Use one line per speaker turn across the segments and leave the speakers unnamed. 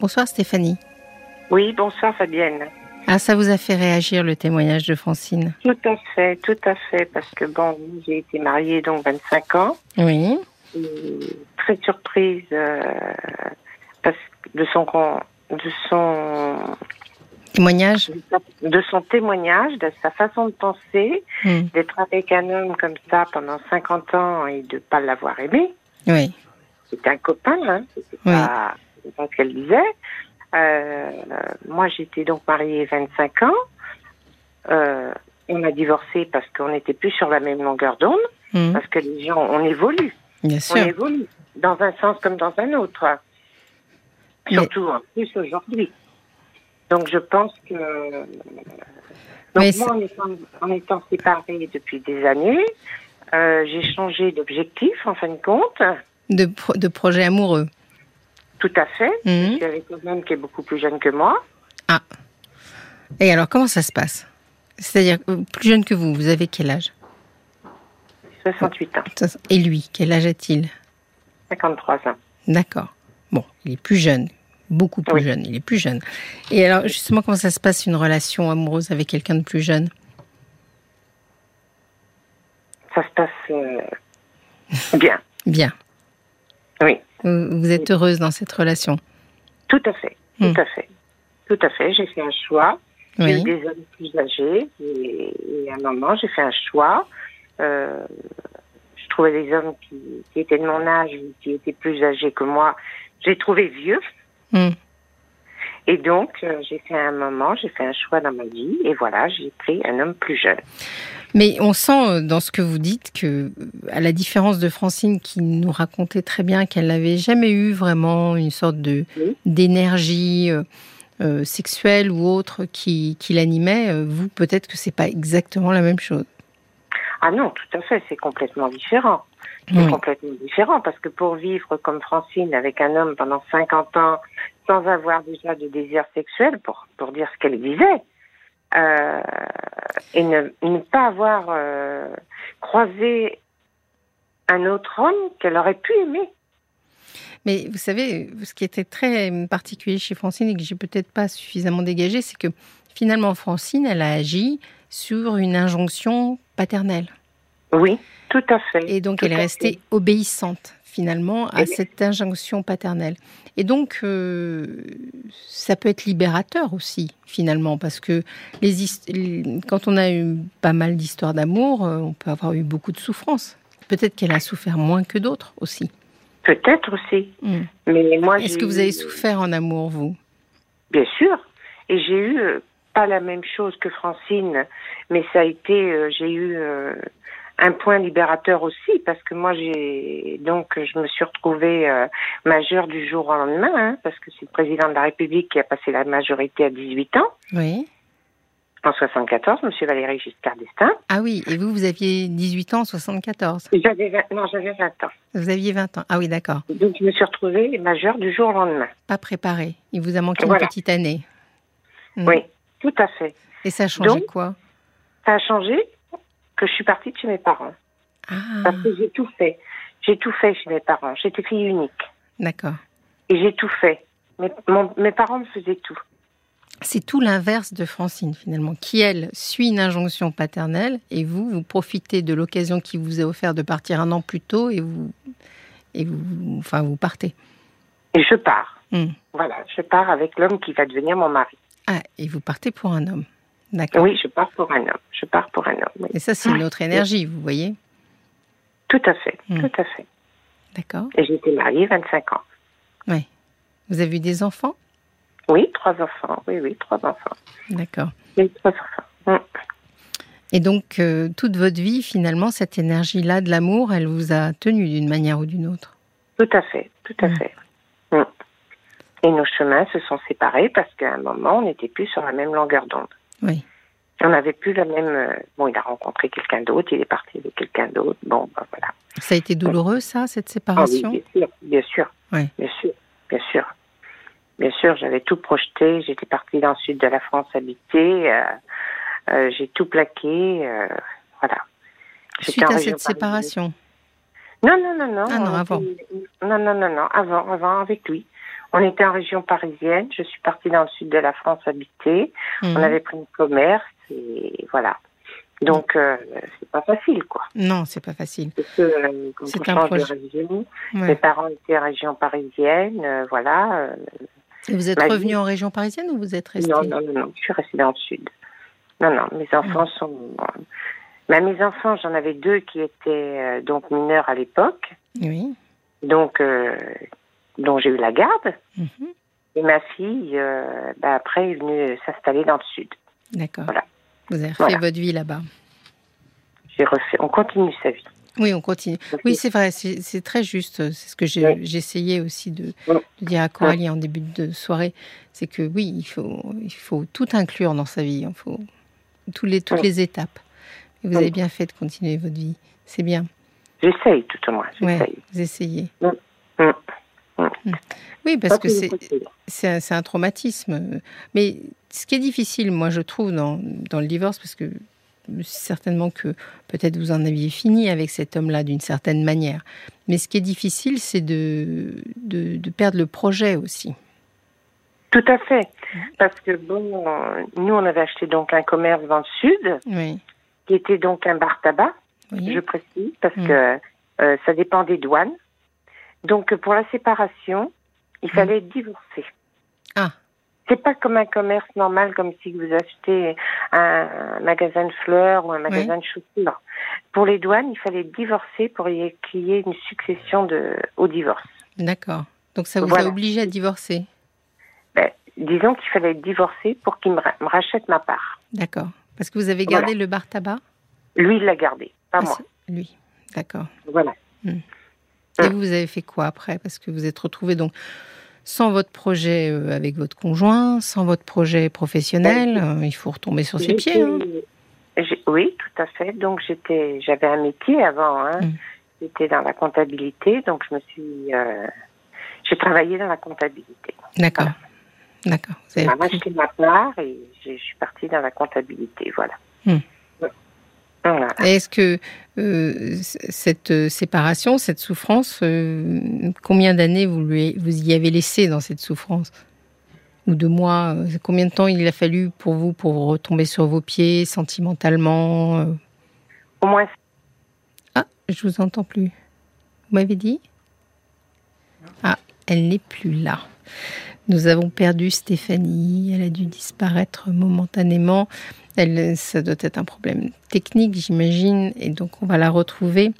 Bonsoir Stéphanie.
Oui, bonsoir Fabienne.
Ah, ça vous a fait réagir le témoignage de Francine
Tout à fait, tout à fait, parce que bon, j'ai été mariée donc 25 ans.
Oui.
Et très surprise euh, parce que de son grand- de son
Témoignage
de son témoignage, de sa façon de penser,
Hmm.
d'être avec un homme comme ça pendant 50 ans et de pas l'avoir aimé.
Oui.
C'est un copain, hein, c'est
Oui.
pas, c'est pas ce qu'elle disait. Euh, moi, j'étais donc mariée 25 ans. Euh, on a divorcé parce qu'on n'était plus sur la même longueur d'onde,
Hmm.
parce que les gens, on évolue.
Bien
On
sûr.
évolue dans un sens comme dans un autre.
Mais-
Surtout en plus aujourd'hui. Donc je pense que.
Mais
Donc moi, en étant, en étant séparée depuis des années, euh, j'ai changé d'objectif en fin de compte.
De, pro- de projets amoureux.
Tout à fait.
Hmm.
Je suis avec un homme qui est beaucoup plus jeune que moi.
Et alors, comment ça se passe C'est-à-dire, euh, plus jeune que vous, vous avez quel âge
68 ans,
Et lui, quel âge a-t-il
53 ans.
D'accord. Bon, il est plus jeune. Beaucoup plus
Oui.
jeune. Il est plus jeune. Et alors, justement, comment ça se passe une relation amoureuse avec quelqu'un de plus jeune
Ça se passe euh, bien.
Bien.
Oui,
Vous vous êtes heureuse dans cette relation
tout à fait.
Hmm.
Tout à fait. Tout à fait. J'ai fait un choix. J'ai eu
Oui.
des hommes plus âgés et, et à un moment, j'ai fait un choix. Euh, je trouvais les hommes qui, qui étaient de mon âge ou qui étaient plus âgés que moi, j'ai trouvé vieux.
Hmm.
Et donc, euh, j'ai fait un moment, j'ai fait un choix dans ma vie et voilà, j'ai pris un homme plus jeune.
Mais on sent euh, dans ce que vous dites que, euh, à la différence de Francine qui nous racontait très bien qu'elle n'avait jamais eu vraiment une sorte de
Oui.
d'énergie euh, euh, sexuelle ou autre qui, qui l'animait, euh, vous peut-être que c'est pas exactement la même chose.
Ah non, tout à fait, c'est complètement différent. C'est
Oui.
complètement différent parce que pour vivre comme Francine avec un homme pendant 50 ans sans avoir déjà de désir sexuel, pour, pour dire ce qu'elle disait, euh, et ne, ne pas avoir euh, croisé un autre homme qu'elle aurait pu aimer.
Mais vous savez, ce qui était très euh, particulier chez Francine et que j'ai peut-être pas suffisamment dégagé, c'est que finalement Francine, elle a agi sur une injonction paternelle.
Oui, tout à fait.
Et donc,
Tout
elle est
à
restée obéissante, finalement, à
Elle-
cette injonction paternelle. Et donc, euh, ça peut être libérateur aussi, finalement, parce que les hist- les- quand on a eu pas mal d'histoires d'amour, euh, on peut avoir eu beaucoup de souffrances. Peut-être qu'elle a souffert moins que d'autres aussi.
Peut-être aussi.
Mm.
Mais moi,
Est-ce
j'ai
que vous
eu-
avez souffert en amour, vous
Bien sûr. Et j'ai eu euh, pas la même chose que Francine, mais ça a été, euh, j'ai eu euh, un point libérateur aussi parce que moi j'ai donc je me suis retrouvée euh, majeure du jour au lendemain hein, parce que c'est le président de la République qui a passé la majorité à 18 ans
Oui.
en 74, Monsieur Valéry Giscard d'Estaing.
Ah oui, et vous, vous aviez 18 ans, 74.
J'avais 20 non j'avais 20 ans,
Vous aviez 20 ans. Ah oui, d'accord.
donc je me suis retrouvée majeure du jour au lendemain.
Pas préparé. Il vous a manqué
Voilà.
une petite année. Mm.
Oui, tout à fait.
Et ça a changé
Donc,
quoi
Ça a changé que je suis partie de chez mes parents.
Ah,
Parce que j'ai tout fait. J'ai tout fait chez mes parents. J'étais fille unique.
d'accord.
Et j'ai tout fait. Mes, mon- mes parents me faisaient tout.
C'est tout l'inverse de Francine finalement, qui elle suit une injonction paternelle et vous, vous profitez de l'occasion qui vous est offerte de partir un an plus tôt et vous, et vous, enfin vous partez.
Et je pars.
Hmm.
Voilà, je pars avec l'homme qui va devenir mon mari.
Ah, et vous partez pour un homme, d'accord.
Oui, je pars pour un homme. Je pars pour un homme. oui.
Et ça, c'est une autre énergie, vous voyez,
Tout à fait,
Mm.
tout à fait.
d'accord.
Et j'étais mariée 25 ans.
Vous avez eu des enfants,
Oui, trois enfants. Oui, oui, trois enfants.
d'accord.
Oui, trois enfants. Mm.
Et donc euh, toute votre vie finalement, cette énergie-là de l'amour, elle vous a tenu d'une manière ou d'une autre.
Tout à fait, tout à
Mm.
fait. Mm. Et nos chemins se sont séparés parce qu'à un moment, on n'était plus sur la même longueur d'onde.
Oui.
On n'avait plus la même. euh, Bon, il a rencontré quelqu'un d'autre, il est parti avec quelqu'un d'autre. Bon, ben voilà.
Ça a été douloureux, ça, cette
Ah oui,
séparation.
bien sûr, bien sûr,
Ouais.
bien sûr, bien sûr. Bien sûr, j'avais tout projeté. J'étais partie dans le sud de la France habiter. euh, euh, j'ai tout plaqué. euh, voilà. J'étais
Suite
en
à
région
cette
parisienne.
séparation.
Non, non, non, non.
Ah non,
on
avant.
était- Non, non, non, non. Avant, avant, avec lui. On était en région parisienne. Je suis partie dans le sud de la France habiter.
Mhm.
On avait pris le commerce et voilà. Donc, euh, c'est pas facile, quoi.
Non, c'est pas facile.
Parce que, euh, quand
C'est
on
un
change
projet.
de région,
Ouais.
mes parents étaient en région parisienne, euh, voilà. euh,
Et vous êtes
Ma vie-
revenu en région parisienne ou vous êtes resté
non, non, non, non, je suis restée dans le sud. Non, non, mes enfants sont... Bah, mes enfants, j'en avais deux qui étaient euh, donc mineurs à l'époque,
Oui.
donc euh, dont j'ai eu la garde.
Mhm.
Et ma fille, euh, bah, après, est venue s'installer dans le sud.
D'accord.
Voilà.
Vous avez refait
Voilà.
votre vie là-bas.
J'ai refait... On continue sa vie.
Oui, on continue. Oui, c'est vrai, c'est c'est très juste. C'est ce que j'ai-
Oui.
j'essayais aussi de,
Oui.
de dire à Coralie en début de soirée. C'est que oui, il faut, il faut tout inclure dans sa vie. Il faut tous les, toutes
Oui.
les étapes. Et vous
Oui.
avez bien fait de continuer votre vie. C'est bien.
J'essaye, tout au moins,
Ouais.
j'essaye.
Vous essayez.
Oui. Oui.
Oui, parce
Pas
que
tous
c'est
les côtés.
c'est un, c'est un traumatisme. Mais ce qui est difficile, moi, je trouve, dans, dans le divorce, parce que certainement que peut-être vous en aviez fini avec cet homme-là d'une certaine manière. Mais ce qui est difficile, c'est de, de, de perdre le projet aussi.
Tout à fait. Parce que bon, euh, nous, on avait acheté donc un commerce dans le sud,
Oui.
qui était donc un bar tabac,
Oui.
je précise, parce
Mm.
que euh, ça dépend des douanes. Donc, euh, pour la séparation, il
Mm.
fallait divorcer.
Ah.
C'est pas comme un commerce normal, comme si vous achetez un magasin de fleurs ou un magasin de chaussures. Pour les douanes, il fallait divorcer pour y- qu'il y ait une succession de, au divorce.
D'accord. Donc ça vous
Voilà.
a obligé à divorcer.
Ben, disons qu'il fallait divorcer pour qu'il me ra- me rachète ma part.
D'accord. Parce que vous avez gardé le bar tabac
Lui, il l'a gardé, pas
Ah,
moi.
c'est Lui. D'accord.
Voilà.
Et
Mm.
vous, vous avez fait quoi après Parce que vous êtes retrouvé donc sans votre projet euh, avec votre conjoint, sans votre projet professionnel. euh, il faut retomber sur ses pieds. hein.
J'étais- j'ai- Oui, tout à fait. Donc j'étais, j'avais un métier avant. Hein.
Mm.
J'étais dans la comptabilité, donc je me suis, euh, j'ai travaillé dans la comptabilité.
D'accord. D'accord. Vous avez
On m'a
pris-
racheté ma part et j'ai- je suis partie dans la comptabilité. Voilà.
Mm.
Voilà.
Et Est-ce que euh, c- cette euh, séparation, cette souffrance, euh, combien d'années vous, lui- vous y avez laissé dans cette souffrance Ou de mois euh, Combien de temps il a fallu pour vous pour retomber sur vos pieds sentimentalement euh
Au moins,
Ah, je vous entends plus. Vous m'avez dit Ah, elle n'est plus là. Nous avons perdu Stéphanie. Elle a dû disparaître momentanément. Elle, ça doit être un problème technique, j'imagine, et donc on va la retrouver.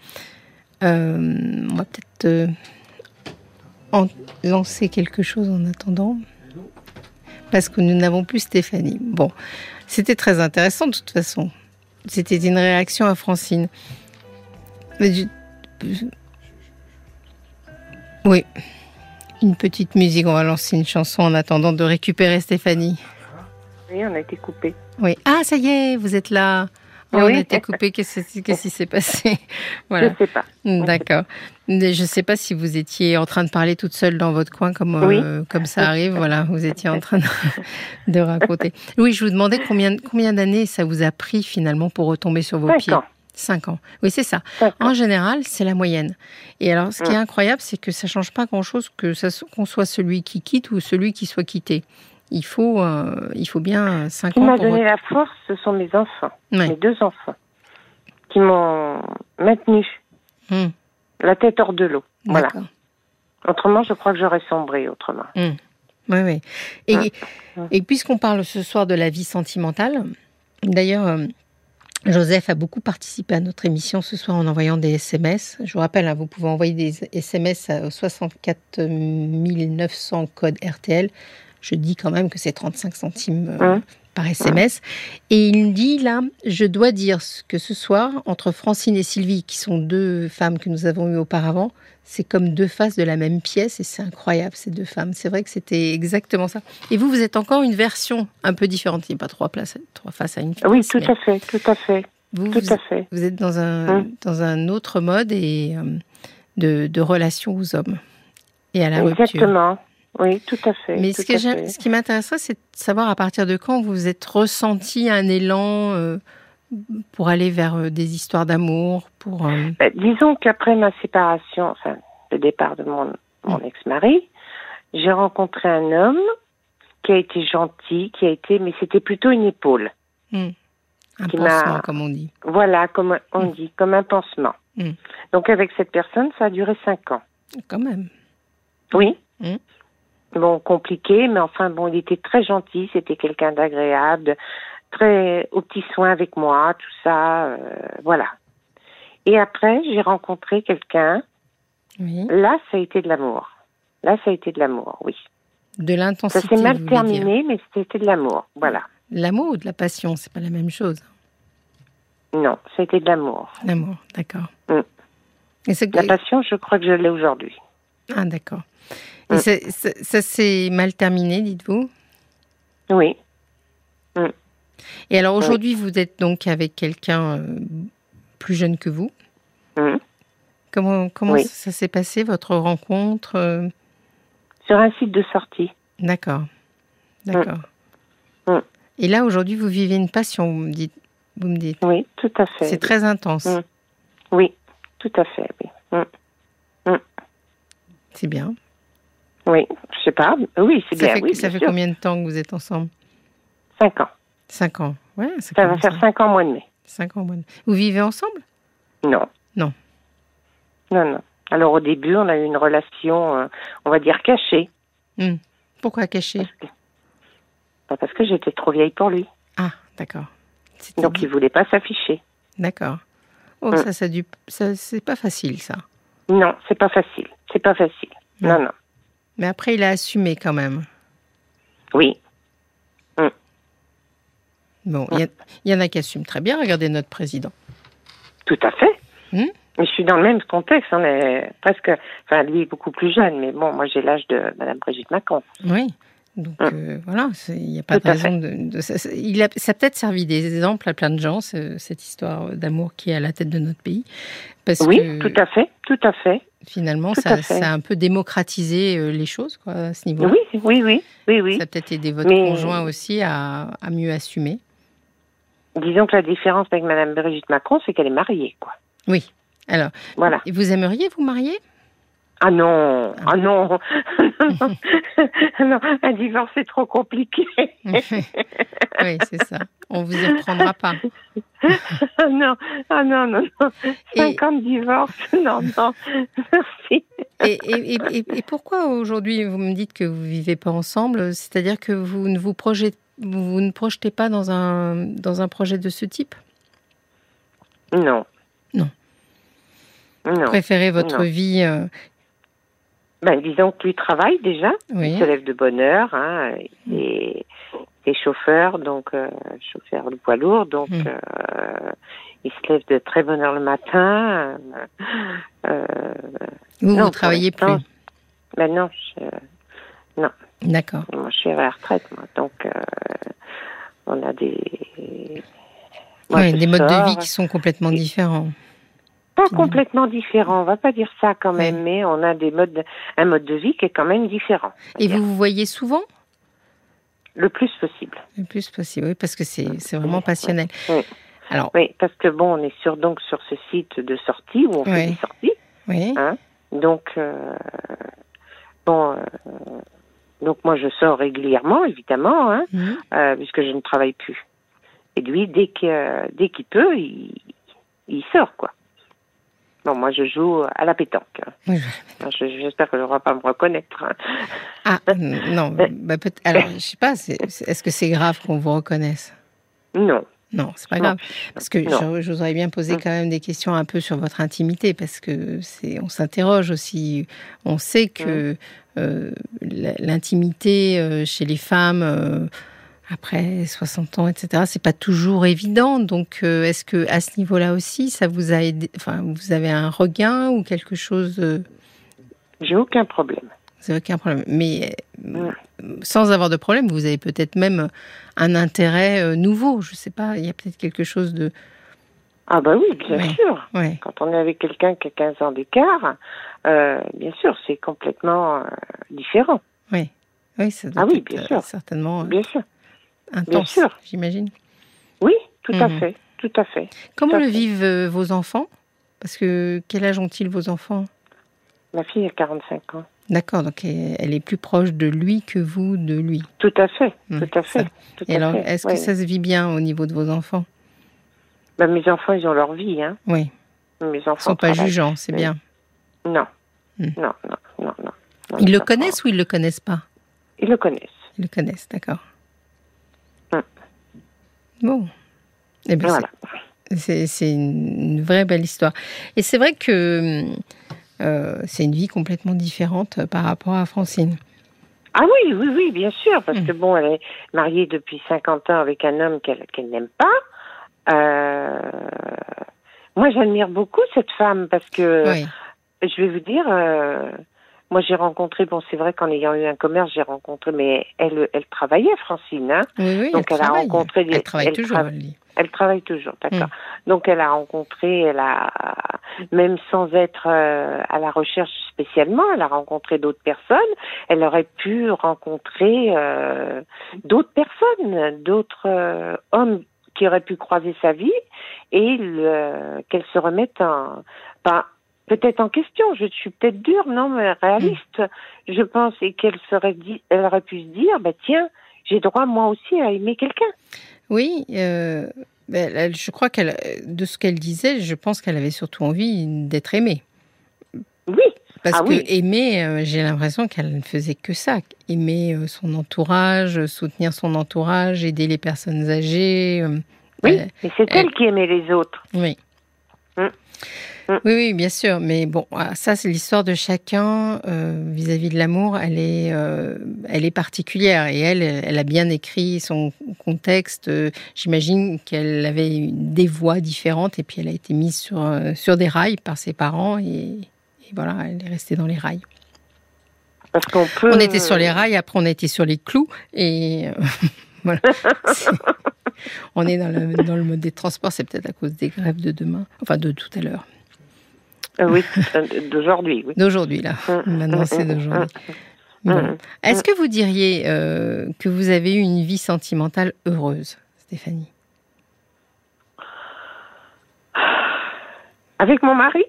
Euh, on va peut-être euh, en- lancer quelque chose en attendant, parce que nous n'avons plus Stéphanie. Bon, c'était très intéressant de toute façon. C'était une réaction à Francine. Mais du- Oui. Une petite musique, on va lancer une chanson en attendant de récupérer Stéphanie.
oui, on a été coupé.
Oui. Ah, ça y est, vous êtes là. Oh,
Oui.
On était coupé. Qu'est-ce qui qu'est-ce qui s'est passé Voilà.
Je sais pas.
D'accord. Mais Je ne sais pas si vous étiez en train de parler toute seule dans votre coin, comme, euh, comme ça arrive. Voilà, vous étiez en train de, de raconter. Oui, je vous demandais combien, combien d'années ça vous a pris finalement pour retomber sur vos
Cinq
pieds.
ans.
Cinq ans. Oui, c'est ça.
Cinq ans.
En général, c'est la moyenne. Et alors, ce qui
Mm.
est incroyable, c'est que ça change pas grand-chose que ça so- qu'on soit celui qui quitte ou celui qui soit quitté. Il faut, euh, il faut bien 5
Qui
ans
m'a
pour...
donné la force, ce sont mes enfants,
Ouais.
mes deux enfants, qui m'ont maintenu
Mm.
la tête hors de l'eau. Voilà.
D'accord.
Autrement, je crois que j'aurais sombré autrement.
Oui, oui. Et,
Mm.
et puisqu'on parle ce soir de la vie sentimentale, d'ailleurs, euh, Joseph a beaucoup participé à notre émission ce soir en envoyant des SMS. Je vous rappelle, hein, vous pouvez envoyer des SMS à- au 64 900 code RTL. Je dis quand même que c'est 35 centimes euh,
Mm.
par SMS. Et il dit là, je dois dire ce- que ce soir, entre Francine et Sylvie, qui sont deux femmes que nous avons eues auparavant, c'est comme deux faces de la même pièce et c'est incroyable ces deux femmes. C'est vrai que c'était exactement ça. Et vous, vous êtes encore une version un peu différente. Il n'y a pas trois, places, trois faces à une pièce.
Oui, tout
mais
à fait, tout à fait,
vous,
tout
vous,
à fait.
vous êtes dans un,
Mm.
dans un autre mode et, euh, de, de relation aux hommes et à la rupture.
Exactement. Oui, tout à fait.
Mais
tout
ce, que
à
j'aime-
fait.
ce qui m'intéresserait, c'est de savoir à partir de quand vous vous êtes ressenti un élan euh, pour aller vers euh, des histoires d'amour, pour... euh, Mm.
Ben, disons qu'après ma séparation, enfin, le départ de mon, mon ex-mari, j'ai rencontré un homme qui a été gentil, qui a été, mais c'était plutôt une épaule.
Hum. Un
Qui
pansement,
m'a-
comme on dit.
Voilà, comme on dit, comme un pansement.
Mm.
Donc avec cette personne, ça a duré cinq ans.
Quand même.
Oui.
Mm.
Bon, compliqué, mais enfin bon, il était très gentil, c'était quelqu'un d'agréable, très aux petits soins avec moi, tout ça, euh, voilà. Et après, j'ai rencontré quelqu'un.
Oui.
Là, ça a été de l'amour. Là, ça a été de l'amour, oui.
De
Ça
l'intensité.
s'est
vous
mal
voulez dire.
terminé, mais c'était de l'amour, voilà.
L'amour ou de la passion, c'est pas la même chose. hein,
Non, c'était de l'amour.
L'amour, d'accord.
Mm.
Et c'est
La passion, je crois que je l'ai aujourd'hui.
Ah, d'accord. Et
Mm.
ça- ça ça s'est mal terminé, dites-vous
Oui.
Et alors aujourd'hui, vous êtes donc avec quelqu'un euh, plus jeune que vous.
Mm.
Comment, comment
Oui.
ça s'est passé, votre rencontre euh,
Sur un site de sortie.
D'accord. D'accord.
Mm.
Et là, aujourd'hui, vous vivez une passion, vous me dites. Vous me dites.
Oui, tout à fait.
C'est très intense.
Mm. Oui, tout à fait, oui.
C'est bien.
Oui, je sais pas. Oui, c'est
Ça
bien.
fait,
oui,
ça
bien
fait
sûr.
combien de temps que vous êtes ensemble
Cinq ans.
Cinq ans. Ouais, c'est quand
Ça va
même
faire cinq ans au mois de mai.
Cinq ans. au moins. Vous vivez ensemble
Non.
Non.
Non, non. Alors au début, on a eu une relation, euh, on va dire cachée,
Hmm. Pourquoi cacher
Pas parce que j'étais trop vieille pour lui.
Ah, d'accord. C'était
Donc
dit.
il voulait pas s'afficher.
D'accord. Oh,
Mm.
ça, ça, a dû- ça, c'est pas facile, ça.
Non, c'est pas facile. C'est pas facile.
Mm.
Non, non.
Mais après, il a assumé quand même.
Oui.
Bon, il y, a- il y en a qui assument très bien. Regardez notre président.
Tout à fait.
Mm.
Mais je suis dans le même contexte. On est presque. Enfin, lui est beaucoup plus jeune, mais bon, moi j'ai l'âge de Madame Brigitte Macron.
Oui. Donc
Mm.
euh, voilà, c'est- il n'y a pas
Tout
de
à
raison de. de- ça, ça- il a, ça a peut-être servi d'exemple à plein de gens, ce- cette histoire d'amour qui est à la tête de notre pays. Parce
oui,
que
tout à fait, tout à fait.
finalement,
tout
ça,
à fait.
ça a un peu démocratisé euh, les choses quoi, à ce niveau-là.
Oui, oui, oui, oui, oui.
Ça a peut-être aidé votre
Mais-
conjoint aussi à, à mieux assumer.
Disons que la différence avec Madame Brigitte Macron, c'est qu'elle est mariée, quoi.
Oui. Alors,
Voilà.
et vous aimeriez vous marier
Ah non, ah non, non, non, un divorce c'est trop compliqué.
Oui, c'est ça. On vous y reprendra pas.
Ah non, ah non, non, non,
Et,
50 divorces, non, non, merci.
et, et, et- et- et pourquoi aujourd'hui vous me dites que vous vivez pas ensemble C'est-à-dire que vous ne vous projetez, vous ne projetez pas dans un dans un projet de ce type
Non.
Non.
Non.
Préférez votre
Non.
vie euh,
Ben, disons que lui travaille déjà,
Oui. Mm.
il se lève de bonne heure, hein, et il est chauffeur, donc euh, chauffeur de poids lourd, donc
Mm.
euh, il se lève de très bonne heure le matin. euh, euh, ben
Vous
Non,
vous travaillez
pour
plus.
l'instant. Maintenant, je,
D'accord.
moi, je suis à la retraite, moi. Donc, euh, on a des. moi,
Ouais,
je
des modes de
sors.
vie qui sont complètement différents.
Pas complètement différents, on va pas dire ça quand même,
Ouais.
mais on a des modes, un mode de vie qui est quand même différent.
Et vous vous voyez souvent
Le plus possible.
le plus possible, oui, parce que c'est c'est vraiment passionnel.
Oui.
Alors,
Oui, parce que bon, on est sur, donc sur ce site de sortie où on
Ouais.
fait des sorties.
oui,
Donc, euh, bon. euh, donc moi je sors régulièrement évidemment hein,
Mhm.
euh, puisque je ne travaille plus et lui dès que euh, dès qu'il peut il, il sort quoi bon moi je joue à la pétanque hein.
Oui,
Alors, je- j'espère que je ne vais pas me reconnaître hein.
Ah, n- non, bah, peut alors je sais pas, c'est- c'est- est-ce que c'est grave qu'on vous reconnaisse
non
Non, c'est pas
Non.
grave. Parce que
Non. Mm.
je, je vous aurais bien posé quand même des questions un peu sur votre intimité, parce que c'est, on s'interroge aussi. On sait
Mm.
que euh, la- l'intimité euh, chez les femmes euh, après 60 ans, etc., c'est pas toujours évident. Donc, euh, est-ce que à ce niveau-là aussi, ça vous a aidé Enfin, vous avez un regain ou quelque chose euh,
j'ai aucun problème
vous n'avez aucun problème. Mais euh,
Ouais.
sans avoir de problème, vous avez peut-être même un intérêt euh, nouveau. Je ne sais pas, il y a peut-être quelque chose de.
ah bah oui bien
Ouais.
sûr
Ouais.
quand on est avec quelqu'un qui a 15 ans d'écart euh, bien sûr c'est complètement euh, différent
Oui. Oui, ça doit
Ah oui,
être,
bien
euh,
sûr.
certainement euh,
bien sûr
intense,
sûr.
j'imagine.
oui tout à
Mhm.
fait tout à fait
Comment
à
le
fait.
vivent euh, vos enfants Parce que quel âge ont-ils vos enfants
ma fille a 45 ans
D'accord, donc elle est plus proche de lui que vous de lui.
Tout à fait, tout
Ouais,
à fait.
Mhm, ça.
tout
Et
à
alors,
fait,
est-ce
ouais.
que ça se vit bien au niveau de vos enfants
Bah, mes enfants, ils ont leur vie, hein.
Oui,
Mes
ils
enfants
sont pas
travaillent.
jugeants, c'est
mais-
bien.
Non.
Hmm.
non, non, non, non, non.
Ils le
non.
connaissent ou ils le connaissent pas
Ils le connaissent.
Ils le connaissent, d'accord.
Mm.
Bon. Eh ben,
Voilà.
c'est- c'est c'est une une vraie belle histoire. Et c'est vrai que euh, c'est une vie complètement différente euh, par rapport à Francine.
Ah oui, oui, oui, bien sûr, parce
Hmm.
que bon, elle est mariée depuis 50 ans avec un homme qu'elle qu'elle n'aime pas. Euh, Moi, j'admire beaucoup cette femme parce que
oui,
je vais vous dire, euh, moi, j'ai rencontré. Bon, c'est vrai qu'en ayant eu un commerce, j'ai rencontré, mais elle, elle travaillait, Francine. Hein
oui, oui.
donc, elle a
travaille.
rencontré des-
Elle travaille
elle
toujours,
trava-
elle dit.
Elle travaille toujours, d'accord. Donc elle a rencontré, elle a même sans être euh, à la recherche spécialement, elle a rencontré d'autres personnes. Elle aurait pu rencontrer euh, d'autres personnes, d'autres euh, hommes qui auraient pu croiser sa vie et le- qu'elle se remette en, pas peut-être en question. Je suis peut-être dure, non, mais réaliste, je pense, et qu'elle serait dit, elle aurait pu se dire, bah tiens, j'ai droit moi aussi à aimer quelqu'un.
Oui, euh, elle- elle- je crois qu'elle, de ce qu'elle disait, je pense qu'elle avait surtout envie d'être aimée.
Oui.
Parce
Ah
que
oui.
aimer, euh, j'ai l'impression qu'elle ne faisait que ça. Aimer euh, son entourage, euh, soutenir son entourage, aider les personnes âgées. euh,
Oui,
euh,
mais c'est
elle-
elle qui aimait les autres.
oui.
Mm. Mm.
Oui, oui, bien sûr. Mais bon, ah, ça, c'est l'histoire de chacun euh, vis-à-vis de l'amour. Elle est, euh, elle est particulière et elle, elle a bien écrit son contexte. Euh, J'imagine qu'elle avait eu des voix différentes et puis elle a été mise sur, euh, sur des rails par ses parents et, et voilà, elle est restée dans les rails.
Parce qu'on peut. euh,
On était sur les rails, après on a été sur les clous et euh, voilà. C'est- on est dans le, dans le mode des transports, c'est peut-être à cause des grèves de demain, enfin de tout à l'heure,
Euh, oui, euh, d'aujourd'hui, oui.
d'aujourd'hui là. Maintenant c'est d'aujourd'hui.
mm,
Bon. Est-ce que vous diriez euh, que vous avez eu une vie sentimentale heureuse, Stéphanie
Avec mon mari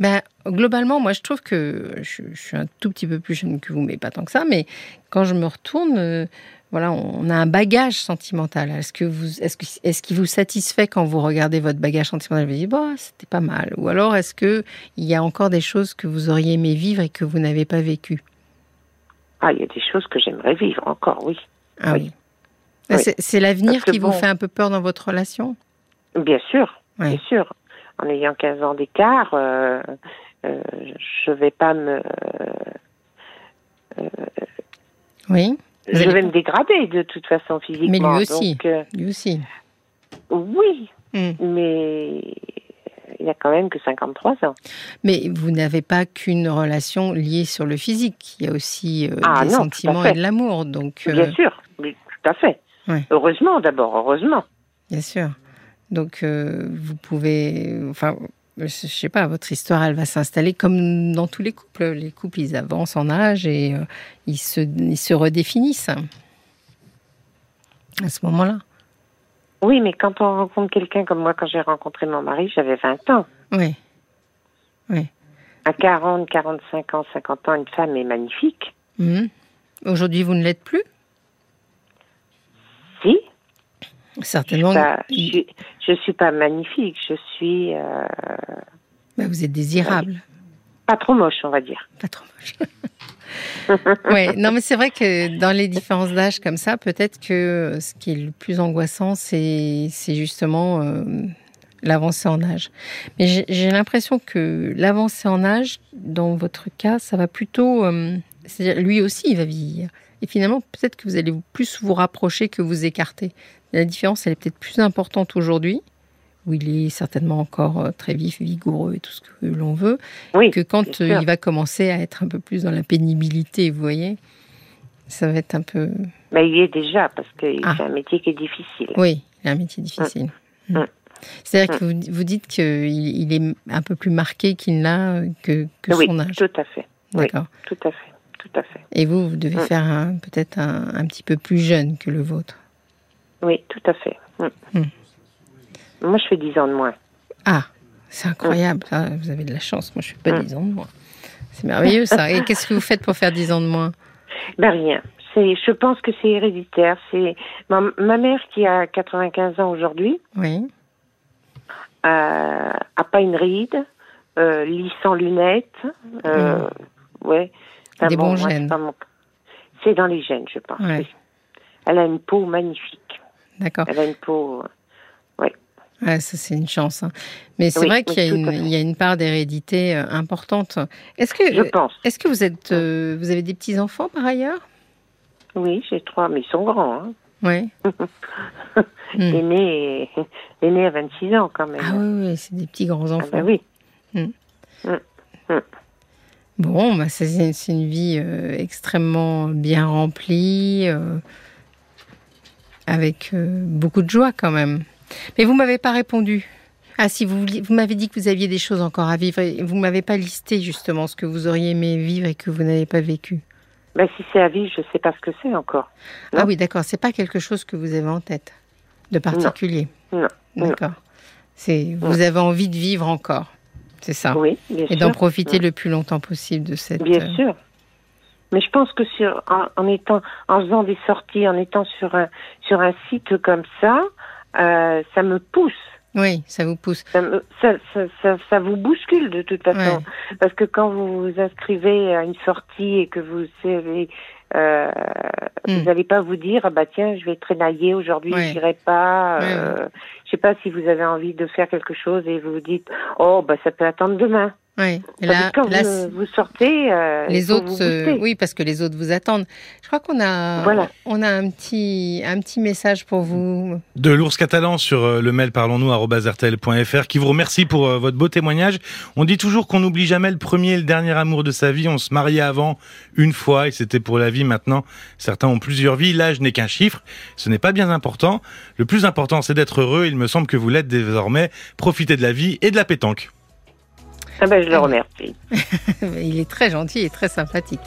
ben, globalement, moi, je trouve que je, je suis un tout petit peu plus jeune que vous, mais pas tant que ça. Mais quand je me retourne, euh, voilà, on a un bagage sentimental. Est-ce que vous, est-ce que, est-ce qu'il vous satisfait quand vous regardez votre bagage sentimental Vous vous dites, bah, c'était pas mal. Ou alors, est-ce que il y a encore des choses que vous auriez aimé vivre et que vous n'avez pas vécues
Ah, il y a des choses que j'aimerais vivre encore, oui.
Ah
Oui.
oui. Ah,
Oui.
C'est, c'est l'avenir
Parce que
qui vous
bon-
fait un peu peur dans votre relation
Bien sûr,
Ouais.
bien sûr. En ayant 15 ans d'écart, euh, euh, je vais pas me.
Oui, Vous
je
allez
vais
pas-
me dégrader de toute façon physiquement.
aussi.
Donc, euh,
lui aussi.
oui,
Hmm.
mais il y a quand même que 53 ans.
Mais vous n'avez pas qu'une relation liée sur le physique. Il y a aussi euh,
Ah
des
non, tout à
sentiments
fait.
et de l'amour. Donc, euh,
Bien sûr, mais tout à fait.
Ouais.
Heureusement d'abord, heureusement.
bien sûr. Donc, euh, vous pouvez. Enfin, je sais pas, votre histoire, elle va s'installer comme dans tous les couples. Les couples, ils avancent en âge et euh, ils, se, ils se redéfinissent à ce moment-là.
Oui, mais quand on rencontre quelqu'un comme moi, quand j'ai rencontré mon mari, j'avais 20 ans.
Oui,
À 40, 45 ans, 50 ans, une femme est magnifique.
Mhm. Aujourd'hui, vous ne l'êtes plus
Si,
Certainement.
ça, je, suis- je suis pas magnifique, je suis euh,
Bah, vous êtes désirable.
pas trop moche, on va dire.
Pas trop moche. ouais, non, mais c'est vrai que dans les différences d'âge comme ça, peut-être que ce qui est le plus angoissant, c'est c'est justement euh, l'avancée en âge. Mais j'ai- j'ai l'impression que l'avancée en âge, dans votre cas, ça va plutôt. euh, C'est-à-dire, lui aussi, il va vieillir. Et finalement, peut-être que vous allez plus vous rapprocher que vous écarter. La différence, elle est peut-être plus importante aujourd'hui, où il est certainement encore euh, très vif, vigoureux et tout ce que l'on veut
Oui,
que quand
c'est
euh,
sûr.
il va commencer à être un peu plus dans la pénibilité, vous voyez, ça va être un peu.
mais il y est déjà parce que
Ah.
c'est un métier qui est difficile.
Oui, il a un métier difficile.
Mm.
Mm. C'est-à-dire que vous, vous dites qu'il il est un peu plus marqué qu'il n'a euh, que, que
oui,
son âge.
tout à fait, oui.
D'accord.
tout à fait, tout à fait.
Et vous, vous devez
Mm.
faire un- peut-être un, un petit peu plus jeune que le vôtre.
Oui, tout à fait. Mm.
Hmm.
Moi, je fais 10 ans de moins.
Ah, c'est incroyable. ça, vous avez de la chance. Moi, je ne suis pas
Mm.
disant de moi. C'est merveilleux ça. Et qu'est-ce que vous faites pour faire 10 ans de moins
Ben rien. C'est, je pense que c'est héréditaire. C'est ma, ma mère qui a 95 ans aujourd'hui
Oui.
euh, a pas une ride, euh, lit sans lunettes, euh, ouais.
Des bons
moi, c'est
gènes.
pas mon- C'est dans les gènes, je pense.
Ouais.
oui. Elle a une peau magnifique.
D'accord.
Elle a une peau. euh,
Ouais, ça, c'est une chance. hein. Mais c'est
Oui,
vrai qu'il y a,
oui, tout à
une,
fait.
il y a une part d'hérédité euh, importante. Est-ce que,
Je pense.
est-ce que vous, êtes, euh, vous avez des petits-enfants par ailleurs
Oui, j'ai trois, mais ils sont grands. Hein.
Oui. Hmm.
L'aîné est- l'aîné a 26 ans quand même.
Ah oui, oui, c'est des petits
Ah
grands-enfants.
bah oui.
Bon, bah, c'est- c'est c'est une vie euh, extrêmement bien remplie, euh, avec euh, beaucoup de joie quand même. Mais vous m'avez pas répondu. Ah si, vous, vouliez- vous m'avez dit que vous aviez des choses encore à vivre et vous m'avez pas listé justement ce que vous auriez aimé vivre et que vous n'avez pas vécu.
Bah, si c'est à vie, je sais pas ce que c'est encore.
Ah
Non.
oui, d'accord, c'est pas quelque chose que vous avez en tête de particulier.
Non, non.
D'accord. C'est vous avez envie de vivre encore. C'est ça.
Oui,
Ah.
bien
et
sûr.
d'en profiter le plus longtemps possible de cette
Bien
euh,
sûr. Mais je pense que sur en, en étant en faisant des sorties, en étant sur un sur un site comme ça, euh, ça me pousse,
Oui, ça vous pousse.
ça, me- ça, ça, ça, ça vous bouscule de toute façon. Parce que quand vous vous inscrivez à une sortie et que vous savez, euh,
Hmm.
vous n'allez pas vous dire ah bah tiens je vais traînailler aujourd'hui,
Ouais.
j'irai pas.
Ouais,
euh, Je sais pas si vous avez envie de faire quelque chose et vous vous dites oh bah ça peut attendre demain.
Oui. Et
Parce
là,
que quand
là,
vous, vous sortez, euh, il
les
faut
autres,
vous
euh,
booster.
oui, parce que les autres vous attendent. Je crois qu'on a,
Voilà.
on a un petit, un petit message pour vous.
de l'ours catalan sur euh, le mail parlons-nous arobase rtl.fr, qui vous remercie pour euh, votre beau témoignage. On dit toujours qu'on n'oublie jamais le premier et le dernier amour de sa vie. On se mariait avant une fois et c'était pour la vie. Maintenant, certains ont plusieurs vies. L'âge n'est qu'un chiffre. Ce n'est pas bien important. Le plus important, c'est d'être heureux. Il me semble que vous l'êtes désormais. Profitez de la vie et de la pétanque.
Ah ben, je le remercie.
Il est très gentil et très sympathique.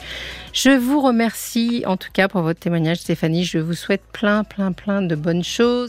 Je vous remercie en tout cas pour votre témoignage, Stéphanie. Je vous souhaite plein, plein, plein de bonnes choses.